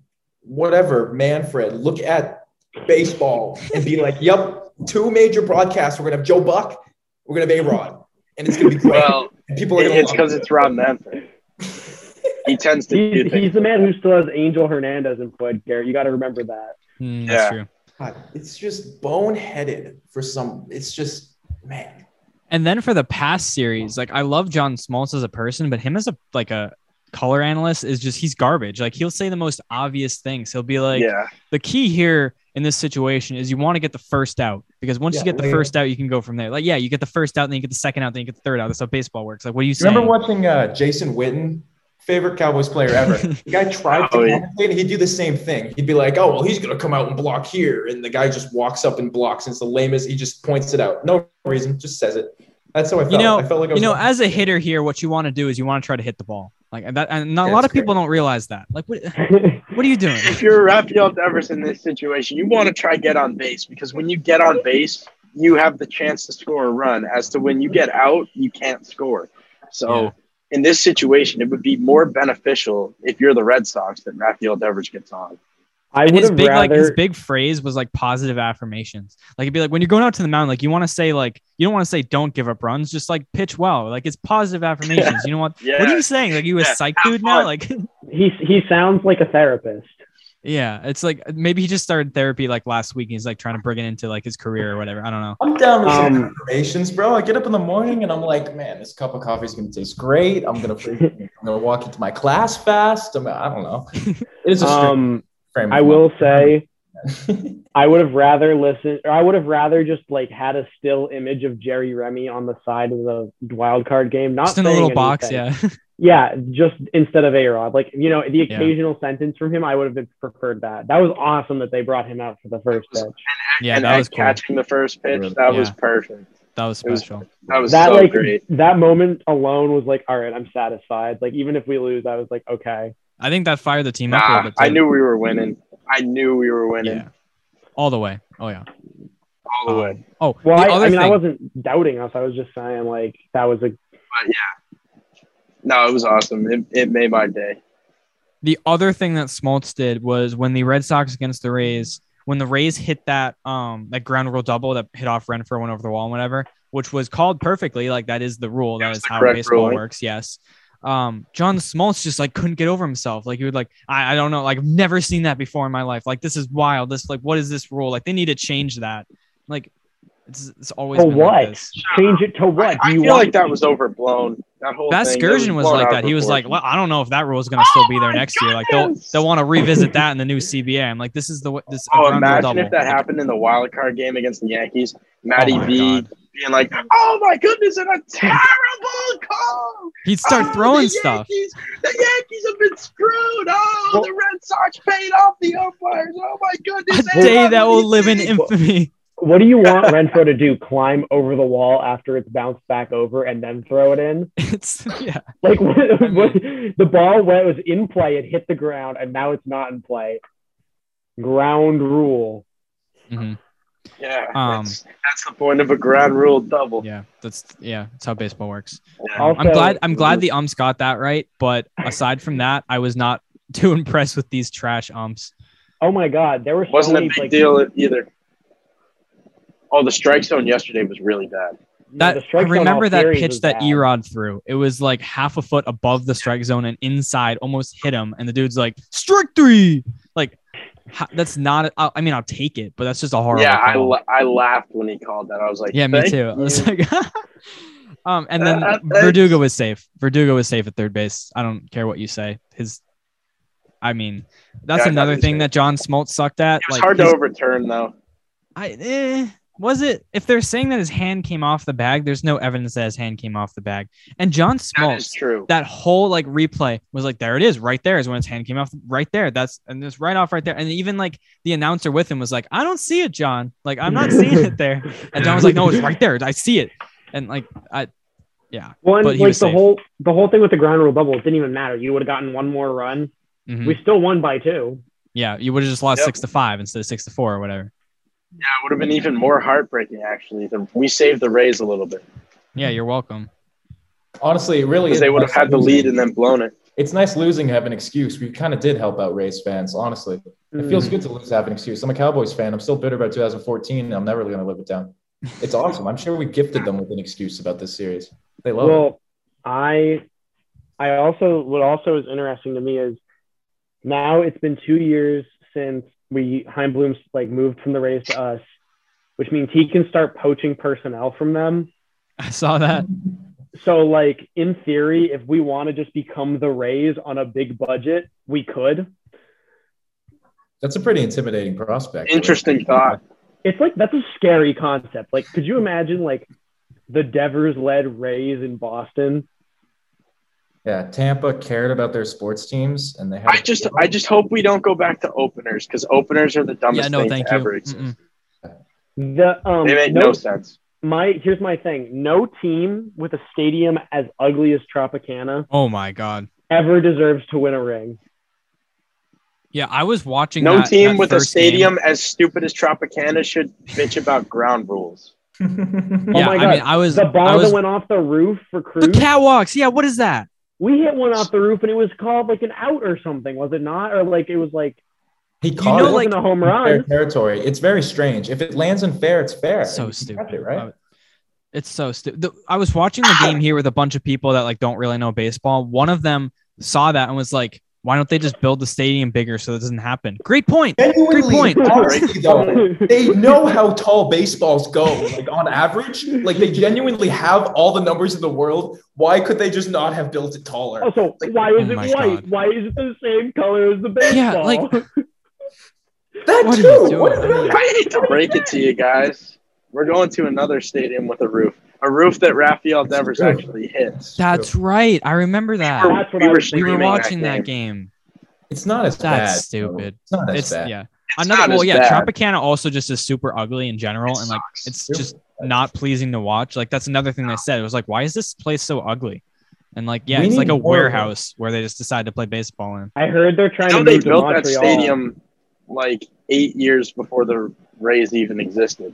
whatever Manfred look at baseball and be like, "Yep, two major broadcasts. We're gonna have Joe Buck. We're gonna have A Rod, and it's gonna be great.
Well,
and people are
it-
gonna
it's
love
because
it."
it's Rob Manfred. He tends to do
He's,
things.
he's the man who still has Angel Hernandez employed, Garrett. You got to remember that.
Mm,
Yeah.
That's true.
God, it's just boneheaded for some. It's just man.
And then for the past series, like I love John Smoltz as a person, but him as a like a color analyst is just he's garbage. Like he'll say the most obvious things. He'll be like,
yeah,
the key here in this situation is you want to get the first out because once you
Yeah,
get the
yeah.
first out, you can go from there. Like, yeah, you get the first out, then you get the second out, then you get the third out. That's how baseball works. Like, what do you
Do you
saying?
remember watching uh, Jason Witten, favorite Cowboys player ever? the guy tried to
Oh, yeah.
commentate, and he'd do the same thing. He'd be like, "Oh well, he's gonna come out and block here," and the guy just walks up and blocks. And it's the lamest. He just points it out, no reason, just says it. That's how I felt.
know-
I felt like I
you
was
know, as a hitter here, what you want to do is you want to try to hit the ball. Like and that, and not, a
Yeah,
lot
it's
of people don't realize that. Like, what, what are you doing?
if you're Rafael Devers in this situation, you want to try get on base because when you get on base, you have the chance to score a run. As to when you get out, you can't score. So
Yeah.
in this situation, it would be more beneficial if you're the Red Sox that Rafael Devers gets on.
I
And
would
his
have
big
rather.
like his big phrase was like positive affirmations. Like it'd be like when you're going out to the mound, like you want to say like you don't want to say don't give up runs, just like pitch well. Like it's positive affirmations. You know what?
Yeah.
What are you saying? Like you a
Yeah,
psych
have
dude now?
fun.
Like
he he sounds like a therapist.
yeah, it's like maybe he just started therapy like last week. And he's like trying to bring it into like his career or whatever. I don't know.
I'm down with
Um,
affirmations, bro. I get up in the morning and I'm like, man, this cup of coffee is gonna taste great. I'm gonna, freaking- I'm gonna walk into my class fast. I'm, I don't know. It is a strange
Um,
frame. of
I
mind.
will say, I would have rather listened, or I would have rather just like had a still image of Jerry Remy on the side of the wild card game, not
Just in a
saying
little box.
anything.
Yeah.
Yeah, just instead of A Rod. Like, you know, the
Yeah.
occasional sentence from him, I would have been preferred that. That was awesome that they brought him out for the first pitch.
yeah.
and
That was cool.
catching the first pitch, that was
Yeah.
perfect.
That was
It was-
special.
That was
That
so
like
great.
that moment alone was like, all right, I'm satisfied. Like even if we lose, I was like, okay.
I think that fired the team up a little
Nah,
bit.
I
too.
knew we were winning. I knew we were winning.
Yeah. All the way. Oh yeah.
all the way.
Oh,
Well,
the
I,
other
I mean, I
thing-
wasn't doubting us. I was just saying like that was a
No, it was awesome. It, it made my day.
The other thing that Smoltz did was when the Red Sox against the Rays, when the Rays hit that um that ground rule double that hit off Renfro, went over the wall, and whatever, which was called perfectly. Like that is the rule. That
was
is
the
how
correct
baseball
ruling.
works. Yes. Um, John Smoltz just like couldn't get over himself. Like he would like, I, I don't know, like I've never seen that before in my life. Like this is wild. This like what is this rule? Like they need to change that. Like it's, it's always
To
been like
what?
this.
change it to what?
I, I
Do you
feel
want
like that was overblown. That whole
That
thing, it
Skirsion was
blown
like
out
that.
of
He was like,
proportion.
well, I don't know if that rule is going to still be there
Oh my
next year. Like they'll
goodness.
they'll want to revisit that in the new CBA. I'm like, this is the way- this. a
Oh,
ground rule
imagine
double.
if that happened in the wild card game against the Yankees. Matty
Oh my
B
God.
being like, "Oh my goodness, and a terrible call."
He'd start
Oh,
throwing
the
stuff.
Yankees, the Yankees have been screwed. Oh,
Well-
the Red Sox paid off the umpires. Oh my
A
goodness. and
day
what
that
did
will
he
live in
do?
infamy.
What do you want Renfro to do? Climb over the wall after it's bounced back over and then throw it in?
It's yeah.
Like what, what, the ball went was in play, it hit the ground, and now it's not in play. Ground rule.
Mhm.
Yeah,
Um,
that's, that's the point of a ground rule double.
Yeah, that's yeah. That's how baseball works.
Yeah.
Also,
I'm glad I'm glad the umps got that right. But aside from that, I was not too impressed with these trash umps.
Oh my god, there were so
Wasn't a
many
big
like
deal either. Oh, the strike zone yesterday was really bad.
That
the
I
strike zone all
remember that
series
pitch
was
that
bad.
Erod threw. It was like half a foot above the strike zone and inside, almost hit him. And the dude's like, "Strike three! Like, ha- that's not. I I mean, I'll take it, but that's just a horrible.
yeah, I,
call.
la- I laughed when he called that. I was like,
Yeah, me
"Thank
too. I was
you."
like, um, and then
Uh, thanks.
Verdugo was safe. Verdugo was safe at third base. I don't care what you say. His, I mean,
Yeah, I
that's
thought he
another
was
thing
safe.
that John Smoltz sucked at.
It was
Like,
hard to
he's-
overturn though.
I eh, was it if they're saying that his hand came off the bag. There's no evidence that his hand came off the bag. And John
That is
Smoltz,
true.
that whole like replay was like there it is right there is when his hand came off right there that's and it's right off right there and even like the announcer with him was like i don't see it john like i'm not seeing it there and john was like no it's right there i see it and like i yeah
One
but he
like
was
the
safe.
whole the whole thing with the ground rule double it didn't even matter. You would have gotten one more run.
mhm.
We still won by two.
yeah you would have just lost
Yep.
six to five instead of six to four or whatever
Yeah, it would have been even more heartbreaking actually. The, we saved the Rays a little bit
yeah you're welcome
Honestly, it really
because
is.
they would have
nice
had the
losing.
lead and then blown it.
It's nice losing to have an excuse. We kind of did help out Rays fans, honestly.
Mm-hmm.
It feels good to lose to have an excuse. I'm a Cowboys fan. I'm still bitter about 2014. And I'm never going to live it down. It's awesome. I'm sure we gifted them with an excuse about this series. They love it.
well, I I also what also is interesting to me is now it's been two years since we Heimblum's like moved from the Rays to us, which means he can start poaching personnel from them.
i saw that
So like in theory, if we want to just become the Rays on a big budget, we could.
That's a pretty intimidating prospect.
Interesting thought.
It's like that's a scary concept. Like, could you imagine like the Devers led Rays in Boston?
Yeah, Tampa cared about their sports teams, and they had.
I just I just hope we don't go back to openers because openers are the dumbest
yeah no
thing
thank
to
you
ever exist.
Mm-mm.
The um
They make no,
no
sense.
my here's my thing. No team with a stadium as ugly as Tropicana
oh my god
ever deserves to win a ring.
yeah i was watching
No
that-
team
that
with a
first game.
stadium as stupid as Tropicana should bitch about ground rules. Oh
just.
yeah
my
i
God.
mean i was
The
I
bomb
was,
that went off the roof for
the
Cruz.
catwalks yeah what is that
we hit one off the roof and it was called like an out or something, was it not? Or like it was like
he
You
caught
know,
it
it
like-
wasn't a home
in fair
run.
territory. It's very strange. If it lands in fair, it's fair.
so
You can
stupid,
catch it, right?
Uh, It's so stupid. I was watching the game here with a bunch of people that like don't really know baseball. One of them saw that and was like, "Why don't they just build the stadium bigger so it doesn't happen?" Great point.
Genuinely,
Great point.
honestly, though, they know how tall baseballs go. Like on average, like they genuinely have all the numbers in the world. Why could they just not have built it taller?
also,
Like-
why is
Oh
it
my
white?
God.
Why is it the same color as the baseball?
Yeah, like-
That
What are you
too. What is
doing?
that?
I hate to break it to you guys. We're going to another stadium with a roof. A roof that Rafael Devers
true.
actually hit.
That's right. I remember that.
That's what
we
I
were,
was
We
streaming
were watching
that
that
game.
game.
it's not as bad.
That's
though.
stupid.
It's not as
It's
bad.
yeah.
It's
Another
not
well,
as
yeah.
bad.
Tropicana also just is super ugly in general, and like
sucks.
it's just not pleasing to watch. Like that's another thing they said. It was like, why is this place so ugly? And like, yeah,
We
it's like
need
a
more of it.
warehouse where they just decide to play baseball in.
I heard they're
I
trying
know
to
they
move to
built that
Montreal.
stadium like eight years before the Rays even existed.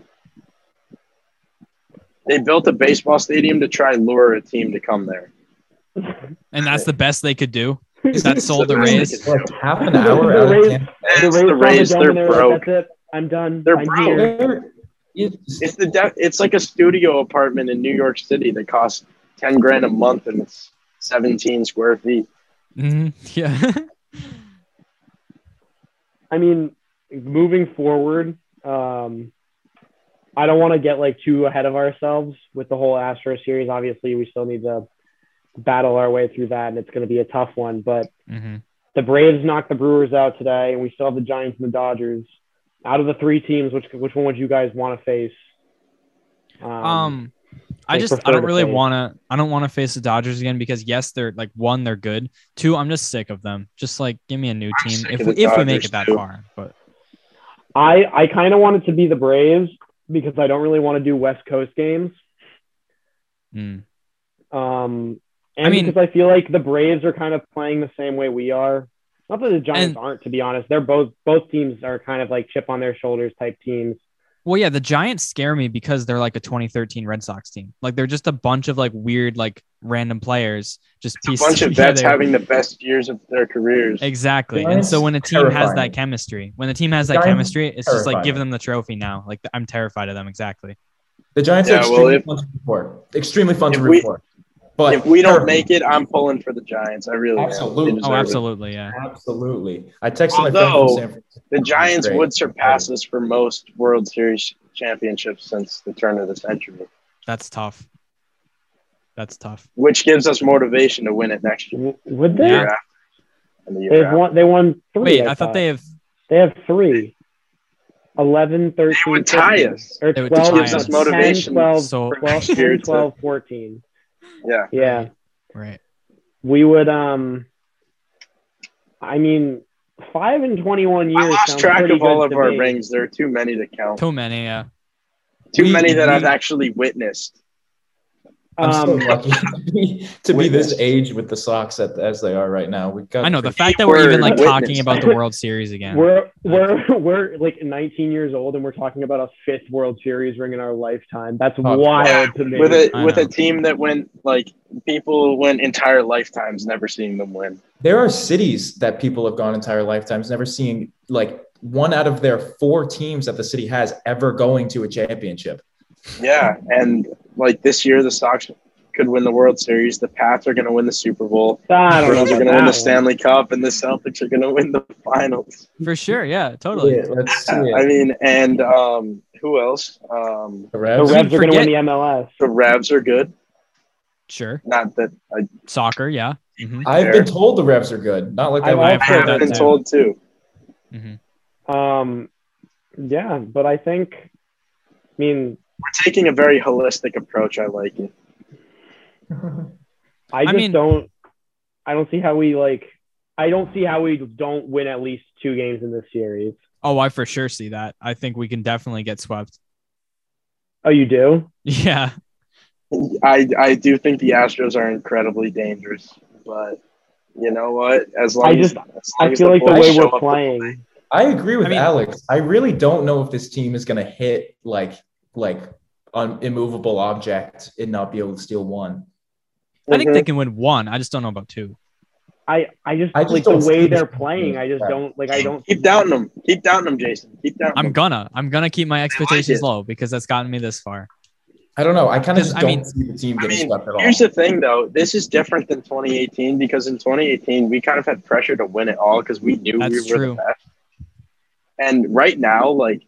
They built a baseball stadium to try and lure a team to come there.
and that's the best they could do. Is that sold the
That's
Rays?
the
Like half an
The
hour out of
Rays-
Tampa.
It's the Rays.
probably
They're
done and like,
broke.
That's it. I'm done.
They're
I'm
broke.
here."
They're- it's-
It's the de- it's like a studio apartment in New York City that costs ten grand a month and it's seventeen square feet.
Mhm. Yeah.
I mean, moving forward, um, I don't want to get like too ahead of ourselves with the whole Astro series. Obviously, we still need to battle our way through that, and it's going to be a tough one. But
Mhm.
the Braves knocked the Brewers out today, and we still have the Giants and the Dodgers. Out of the three teams, which which one would you guys want to face? Um,
Um, I
they
just I
prefer
don't
to
really
face-
want to I don't want to face the Dodgers again because yes, they're like one, they're good. Two, I'm just sick of them. Just like give me a new
I'm
team
sick
if
of
we,
the
if we make
Dodgers,
it that
too.
far. But
I I kind of want it to be the Braves because I don't really want to do West Coast games.
mm.
Um, and
I mean-
because I feel like the Braves are kind of playing the same way we are. Not that the Giants
And-
aren't, to be honest. They're both both teams are kind of like chip on their shoulders type teams.
well, yeah, the Giants scare me because they're like a 2013 Red Sox team. Like they're just a bunch of like weird like random players just
A
pieced
bunch of vets
together.
having the best years of their careers.
Exactly. and
Giants,
so when a team has that
terrifying.
chemistry, when the team has that
Giants,
chemistry, it's just like give
terrifying.
them the trophy now. Like I'm terrified of them. Exactly.
The Giants are
Yeah, well,
extremely
if-
fun to root for. Extremely fun to
if
root
we-
for. But
if we don't
terrifying.
make it, I'm pulling for the Giants. I really am. They
Absolutely. Oh,
deserve
Oh,
it.
absolutely. Yeah.
Absolutely. I texted my friend
Although,
from San Francisco.
The Giants
Great.
would surpass us for most World Series championships since the turn of the century,
That's tough. That's tough.
which gives us motivation to win it next year.
W- Would
the
they?
year after, and the year
They've
after.
won. They won three.
Wait, I thought they have.
they have three. 11, 13,
They would tie
15,
us.
Or
They would
12,
tie us. Gives us
10,
motivation.
12,
So
12,
next year
10,
to-
12, 14.
Yeah.
Yeah.
right.
We would um I mean five and twenty one years.
I lost
sounds
track
pretty
of all
good
of
to
our
me.
rings. There are too many to count.
Too many. Yeah.
Too
We-
many that
we-
I've actually witnessed.
I'm so
Um,
lucky to be, to be this age with the Sox at, as they are right now. We got
I know the fact that we're even like
Word.
talking about the World Series again.
We're we're we're like 19 years old and we're talking about a fifth World Series ring in our lifetime. That's
Oh,
wild to me.
With a
I
with a
know.
team that went like people went entire lifetimes never seeing them win.
there are cities that people have gone entire lifetimes never seeing like one out of their four teams that the city has ever going to a championship.
Yeah, and like this year the Sox could win the World Series. The Pats are going to win the Super Bowl.
I
The
don't know
Bruins are going
about
to win the
that one.
Stanley Cup, and the Celtics are going to win the finals.
For sure. Yeah. Totally.
Yeah, let's see
I
it.
mean, and um, who else? Um,
The
The
Reds
Revs?
are going to
forget-
win the MLS.
the Rabs are good.
Sure.
Not that I,
Soccer. Yeah. hmm
I've been told the Revs are good. Not like I
I've-
I've
went
heard that
have been
too.
told too.
hmm
Um, yeah, but I think, I mean,
We're taking a very holistic approach. I like it.
I just
mean-
don't, I don't see how we like, I don't see how we don't win at least two games in this series.
Oh, I for sure see that. I think we can definitely get swept.
Oh, you do?
Yeah.
I I do think the Astros are incredibly dangerous, but you know what? As long
I
as,
just-
as long
I
as
feel like the
boys
way
show
we're
up-
playing.
I agree with
I mean-
Alex. I really don't know if this team is going to hit like like an immovable object and not be able to steal one.
I think
Mhm.
they can win one. I just don't know about two.
I, I just,
I just
like
don't
the
see
way
this
they're
happening.
playing. I just
Yeah.
don't like. I don't.
keep doubting them. Keep doubting them, Jason. Keep doubting
I'm
them.
gonna. I'm gonna keep my expectations
Mm-hmm. it.
low because that's gotten me this far.
I don't know. I kind of
Because,
just
I
don't
mean-
see the team
I
getting
mean,
swept at all.
here's the thing, though. This is different than 2018 because in 2018 we kind of had pressure to win it all because we knew
That's
we were
true.
the best. And right now, like,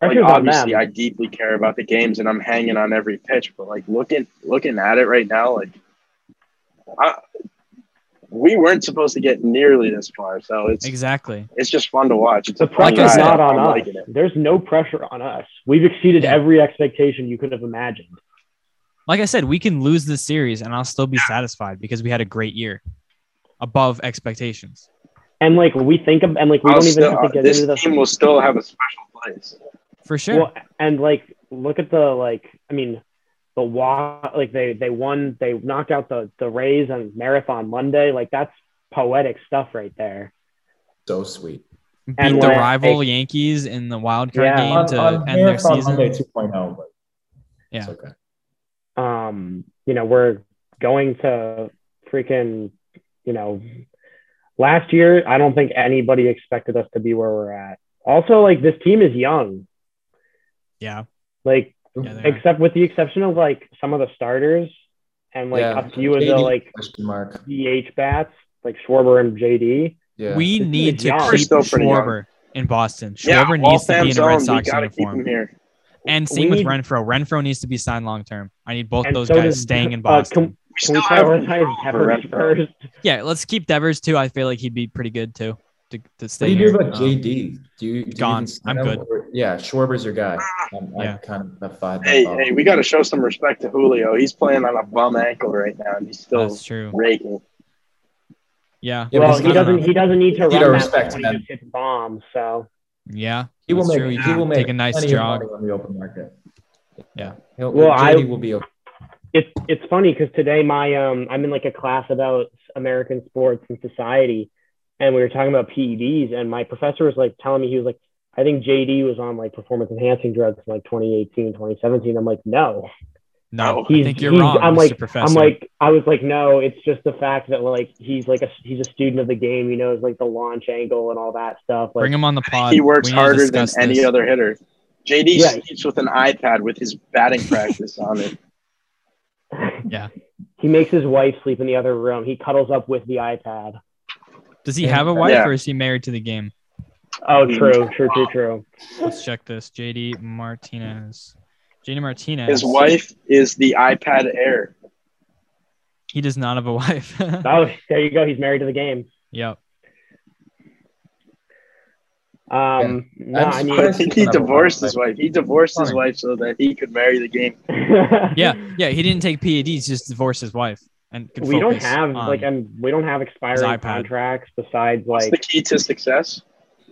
like
pressure's on
obviously,
them.
I deeply care about the games and I'm hanging on every pitch. But like looking looking at it right now, like, I, we weren't supposed to get nearly this far. So it's
Exactly.
it's just fun to watch. It's
The
a fun ride.
pressure's not on
I'm
us.
liking it.
There's no pressure on us. We've exceeded
Yeah.
every expectation you could have imagined.
Like I said, we can lose this series and I'll still be satisfied because we had a great year, above expectations.
And like we think of, and like we
I'll
don't even
still- uh,
have to get
this
into the
team will still have a special place.
For sure.
Well, and like look at the like I mean the wa like they they won they knocked out the the Rays on Marathon Monday like that's poetic stuff right there.
So sweet.
Beat
and
the
when-
rival Yankees in the wild card
Yeah.
game
on,
to
on
end their
Marathon
season.
Monday 2.0. oh, but
Yeah.
It's okay.
um, you know, we're going to freaking, you know, last year, I don't think anybody expected us to be where we're at. Also, like this team is young,
Yeah.
like
Yeah, they are.
except with the exception of like some of the starters and like
Yeah.
a few of the
JD
like
question mark.
DH bats, like Schwarber and JD.
Yeah.
We
This team
need
is
to
young. We're
keep
still pretty young.
Schwarber in Boston.
Yeah,
Schwarber
all
needs to be
Sam's
in a Red
own,
Sox
we gotta keep him
uniform.
here.
And same
We
with
need-
Renfro. Renfro needs to be signed long term. I need both
And
those
so
guys
does-
staying in
uh,
Boston.
can-
We
Can we
still have
prioritize
for
Devers
Renfro.
first?
yeah, let's keep Devers too. I feel like he'd be pretty good too to, to
What
stay
do you do
here.
about
Um,
JD? Do you do you even
gone.
sign
I'm
him
good.
or- yeah, Schwarber's your guy. I'm,
Yeah.
I kind of defied that
Ah. Hey,
thought.
hey, we got to show some respect to Julio. He's playing on a bum ankle right now, and he's still
that's true.
raking.
Yeah.
Yeah,
well,
because
he
I don't
doesn't.
know.
He doesn't need to
You need
run
to
that
respect
respect when he
him.
just hits bombs. So
Yeah.
He will
that's
make.
true.
He will make.
Take a nice
plenty of
jog.
money on the open market.
Yeah.
He'll,
Well, I-
JD will be. Okay.
it's it's funny because today my um I'm in like a class about American sports and society, and we were talking about PEDs, and my professor was like telling me he was like, I think JD was on like performance enhancing drugs in like 2018, 2017. I'm like, no,
No, I
He's-
think you're
he's-
wrong.
I'm
Mr.
like-
Professor.
I'm like, I was like, no, it's just the fact that like he's like a he's a student of the game. He knows like the launch angle and all that stuff. Like,
bring him on the pod.
He works
We need to
harder than
discuss
any
this.
other hitter. JD
Yeah.
sleeps with an iPad with his batting practice on it.
Yeah.
He makes his wife sleep in the other room. He cuddles up with the iPad.
Does he have a wife
Yeah.
or is he married to the game?
Oh, true, true, true, true.
Let's check this. JD Martinez. JD Martinez.
His wife is the iPad Air.
He does not have a wife.
Oh, there you go. He's married to the game.
yep.
Um, no,
I'm
I
surprised
I
mean,
think he divorced his wife. He divorced his wife so that he could marry the game.
Yeah. Yeah. He didn't take PEDs. Just divorced his wife and could
we don't
focus
have
on-
like um, we don't have expiring
iPad.
contracts besides
What's the
like
key to success?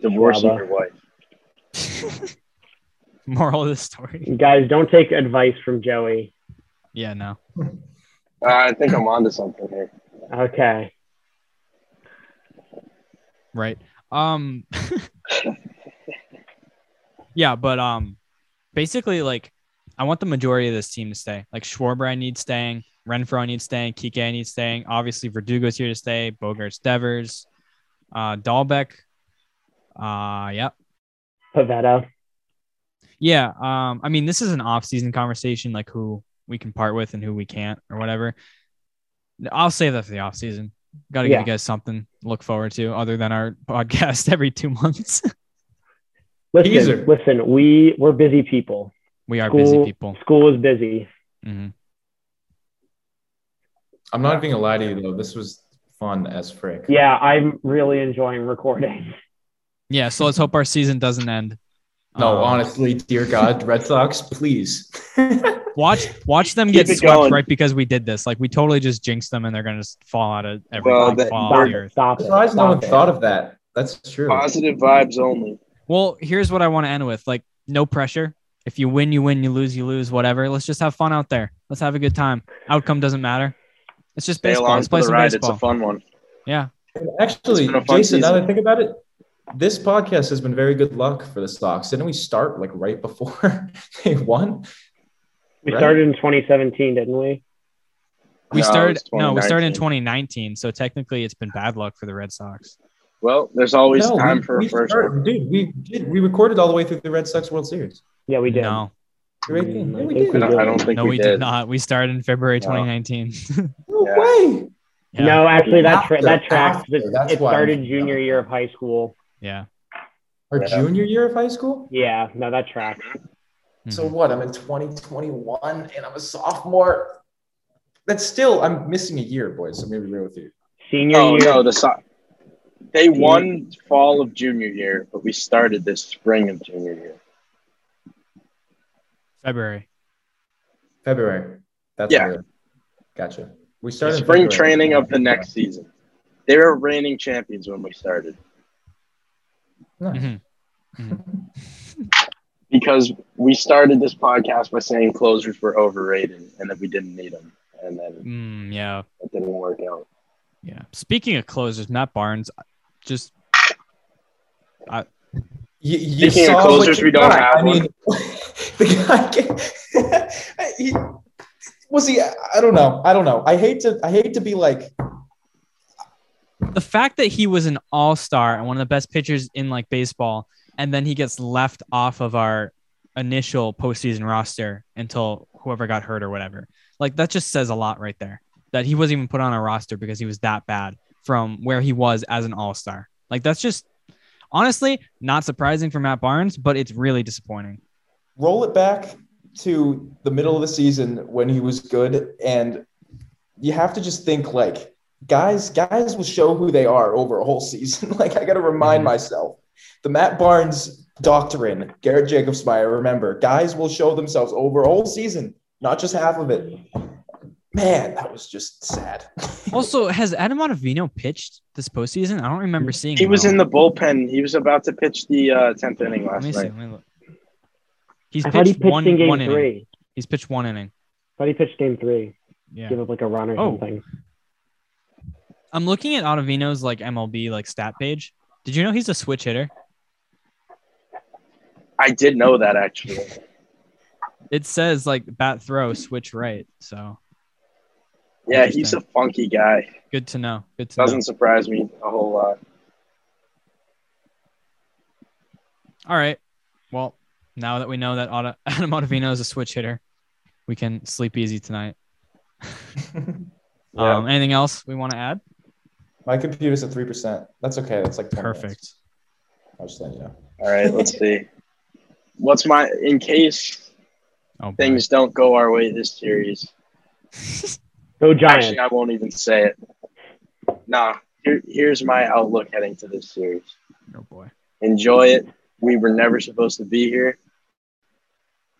Divorcing
Bravo.
your wife.
moral of the story.
guys don't take advice from Joey.
Yeah. No.
Uh, I think I'm onto something here.
Okay,
Right. Um. yeah, but um, basically, like, I want the majority of this team to stay. Like Schwarber, I need staying. Renfro, I need staying. Kike, I need staying. Obviously, Verdugo's here to stay. Bogarts, Devers, uh, Dahlbeck. Uh, yep.
Pavetta.
Yeah. Um, I mean, this is an off-season conversation, like who we can part with and who we can't, or whatever. I'll save that for the off-season. Got to
Yeah.
give you guys something to look forward to other than our podcast every two months.
Listen,
Teaser.
listen, we we're busy people.
we are
School,
busy people.
School is busy.
Mhm.
I'm not even gonna lie to you though. This was fun as frick.
Yeah, I'm really enjoying recording.
Yeah. So let's hope our season doesn't end.
No,
Um,
honestly, dear God, Red Sox, please.
Watch, watch them
Keep
get
it
swept
going.
right because we did this. Like we totally just jinxed them, and they're gonna just fall out of every
Well,
like,
that-
fall off
Stop,
the earth.
it, stop
I'm
it.
surprised no one
stop it.
thought of that. That's true.
Positive vibes only.
Well, here's what I want to end with. Like, no pressure. If you win, you win. You lose, you lose. Whatever. Let's just have fun out there. Let's have a good time. Outcome doesn't matter. It's just
Stay
baseball.
along
Let's
for
play
the
some
ride. It's a
baseball.
fun one.
And Actually,
It's been a fun
Jason, now that
season.
I think about it, this podcast has been very good luck for the Sox. Didn't we start like right before they won?
We
right?
started in 2017, didn't we?
we
No,
started.
it's
No, we started in
2019.
2019. So technically, it's been bad luck for the Red Sox.
Well, there's always
No,
time
we-
for
we
a first.
started- dude. We did. We recorded all the way through the Red Sox World Series.
Yeah, we did.
No,
You're right there.
Mm, I
Yeah, we
think
did.
one. I don't, I don't think
no,
we,
we
did.
did not. We started in February
No.
2019.
No
Yeah.
way.
Yeah.
No, actually, that tra-
After-
that tracks.
after,
It-
that's
it
why I'm
started
thinking
junior
about
year
that.
of high school.
Yeah.
Our
Yeah.
junior year of high school.
Yeah, no, that tracks.
Hmm.
So
Mm-hmm.
what? I'm in 2021 and I'm a sophomore. That's still I'm missing a year, boys. So I'm gonna be real with you.
Senior
No,
year,
Oh, no, the so- they
Senior-
won fall of junior year, but we started this spring of junior year.
February.
February. That's
Yeah.
weird. Gotcha. We started in
Spring
February.
training of the next season. They were reigning champions when we started
Nice.
Mm-hmm.
Mhm.
because we started this podcast by saying closers were overrated and that we didn't need them, and then
Mm, yeah.
it didn't work out.
Yeah. Speaking of closers, Matt Barnes, just
You, you
Speaking of
saw
closers,
what you
we don't
got.
have
I mean, The guy can, he, was he? I don't know. I don't know. I hate to. I hate to be like.
The fact that he was an all star and one of the best pitchers in like baseball, and then he gets left off of our initial postseason roster until whoever got hurt or whatever. Like that just says a lot right there. That he wasn't even put on a roster because he was that bad from where he was as an all star. Like that's just honestly not surprising for Matt Barnes, but it's really disappointing.
Roll it back to the middle of the season when he was good, and you have to just think like guys. Guys will show who they are over a whole season. like I got to remind myself the Matt Barnes doctrine, Garrett Jacobsmeyer. Remember, guys will show themselves over a whole season, not just half of it. Man, that was just sad.
Also, has Adam Ottavino pitched this postseason? I don't remember seeing.
He
him
was
at
in
all.
the bullpen. He was about to pitch the uh, tenth inning
Let
last
me see.
night.
Let me look. He's
I thought he
pitched,
pitched
one,
in game
one inning.
three.
He's pitched one inning.
I thought he pitched game three.
Yeah.
Give up like a run or
Oh.
something.
I'm looking at Ottavino's like MLB like stat page. Did you know he's a switch hitter?
I did know that actually.
It says like bat throw switch right. So
Yeah, he's a funky guy.
good to know. Good to
Doesn't
know.
surprise me a whole lot.
All right. Well, now that we know that Otta- Adam Ottavino is a switch hitter, we can sleep easy tonight.
Yeah.
Um, anything else we want to add?
My computer's at three percent. That's okay. That's like 10 minutes.
Perfect.
I'll just let you know.
All right, let's see. What's my in case
Oh, boy.
things don't go our way this series?
Go Giants.
Actually, I won't even say it. Nah, here, here's my outlook heading to this series.
oh boy.
Enjoy it. We were never supposed to be here.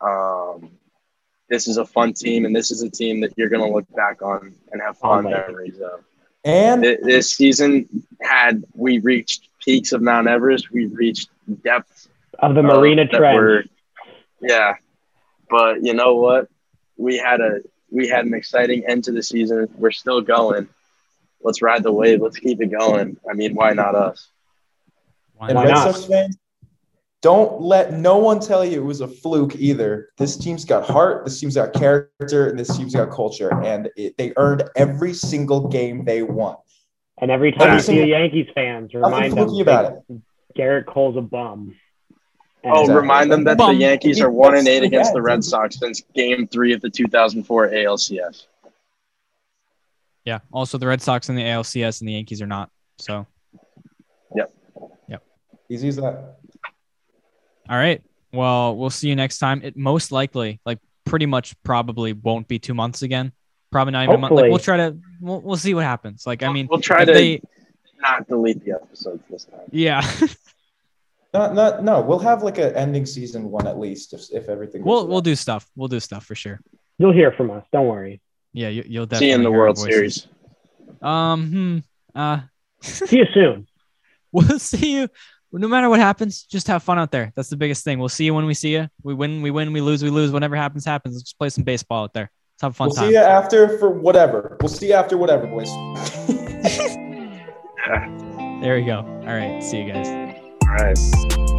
Um, this is a fun team, and this is a team that you're gonna look back on and have fond
Oh, my.
memories of.
And
Th- This season had we reached peaks of Mount Everest. We reached depths
of the
uh,
Marina
that
Trench.
were- yeah, but you know what? We had a we had an exciting end to the season. We're still going. Let's ride the wave. Let's keep it going. I mean, why not us?
Why
And
not?
Why
Red
not?
Sox fans, don't let no one tell you it was a fluke either. This team's got heart, this team's got character, and this team's got culture. And it, they earned every single game they won.
And every time
Every
you see
single-
the Yankees fans,
Nothing
remind them
fluky about it.
Garrett Cole's a bum. And uh,
Oh,
Exactly.
remind them that the
Bum.
Yankees are one and eight
Yeah,
against the
dude.
Red Sox since Game Three of the 2004 ALCS.
Yeah. Also, the Red Sox and the ALCS and the Yankees are not. So,
Easy as that.
all right. Well, we'll see you next time. It most likely, like pretty much, probably won't be two months again. Probably not even a month. Like,
Hopefully.
we'll try to. We'll, we'll see what happens. Like, I mean,
we'll try
if
to
They,
not delete the episodes this time.
yeah.
Not, not, no, we'll have like an ending season one at least if, if everything goes
we'll
well.
we'll do stuff. We'll do stuff for sure.
You'll hear from us. Don't worry.
Yeah, you, you'll
See
definitely
you in the
hear our
World
voices.
Series.
Um. Hmm, uh.
See you soon.
We'll see you. No matter what happens, just have fun out there. That's the biggest thing. We'll see you when we see you. We win, we win, we lose, we lose. Whatever happens, happens. Let's just play some baseball out there. Let's have a fun
We'll
time.
see you after for whatever. We'll see you after whatever, boys.
There we go. All right. See you guys.
All right.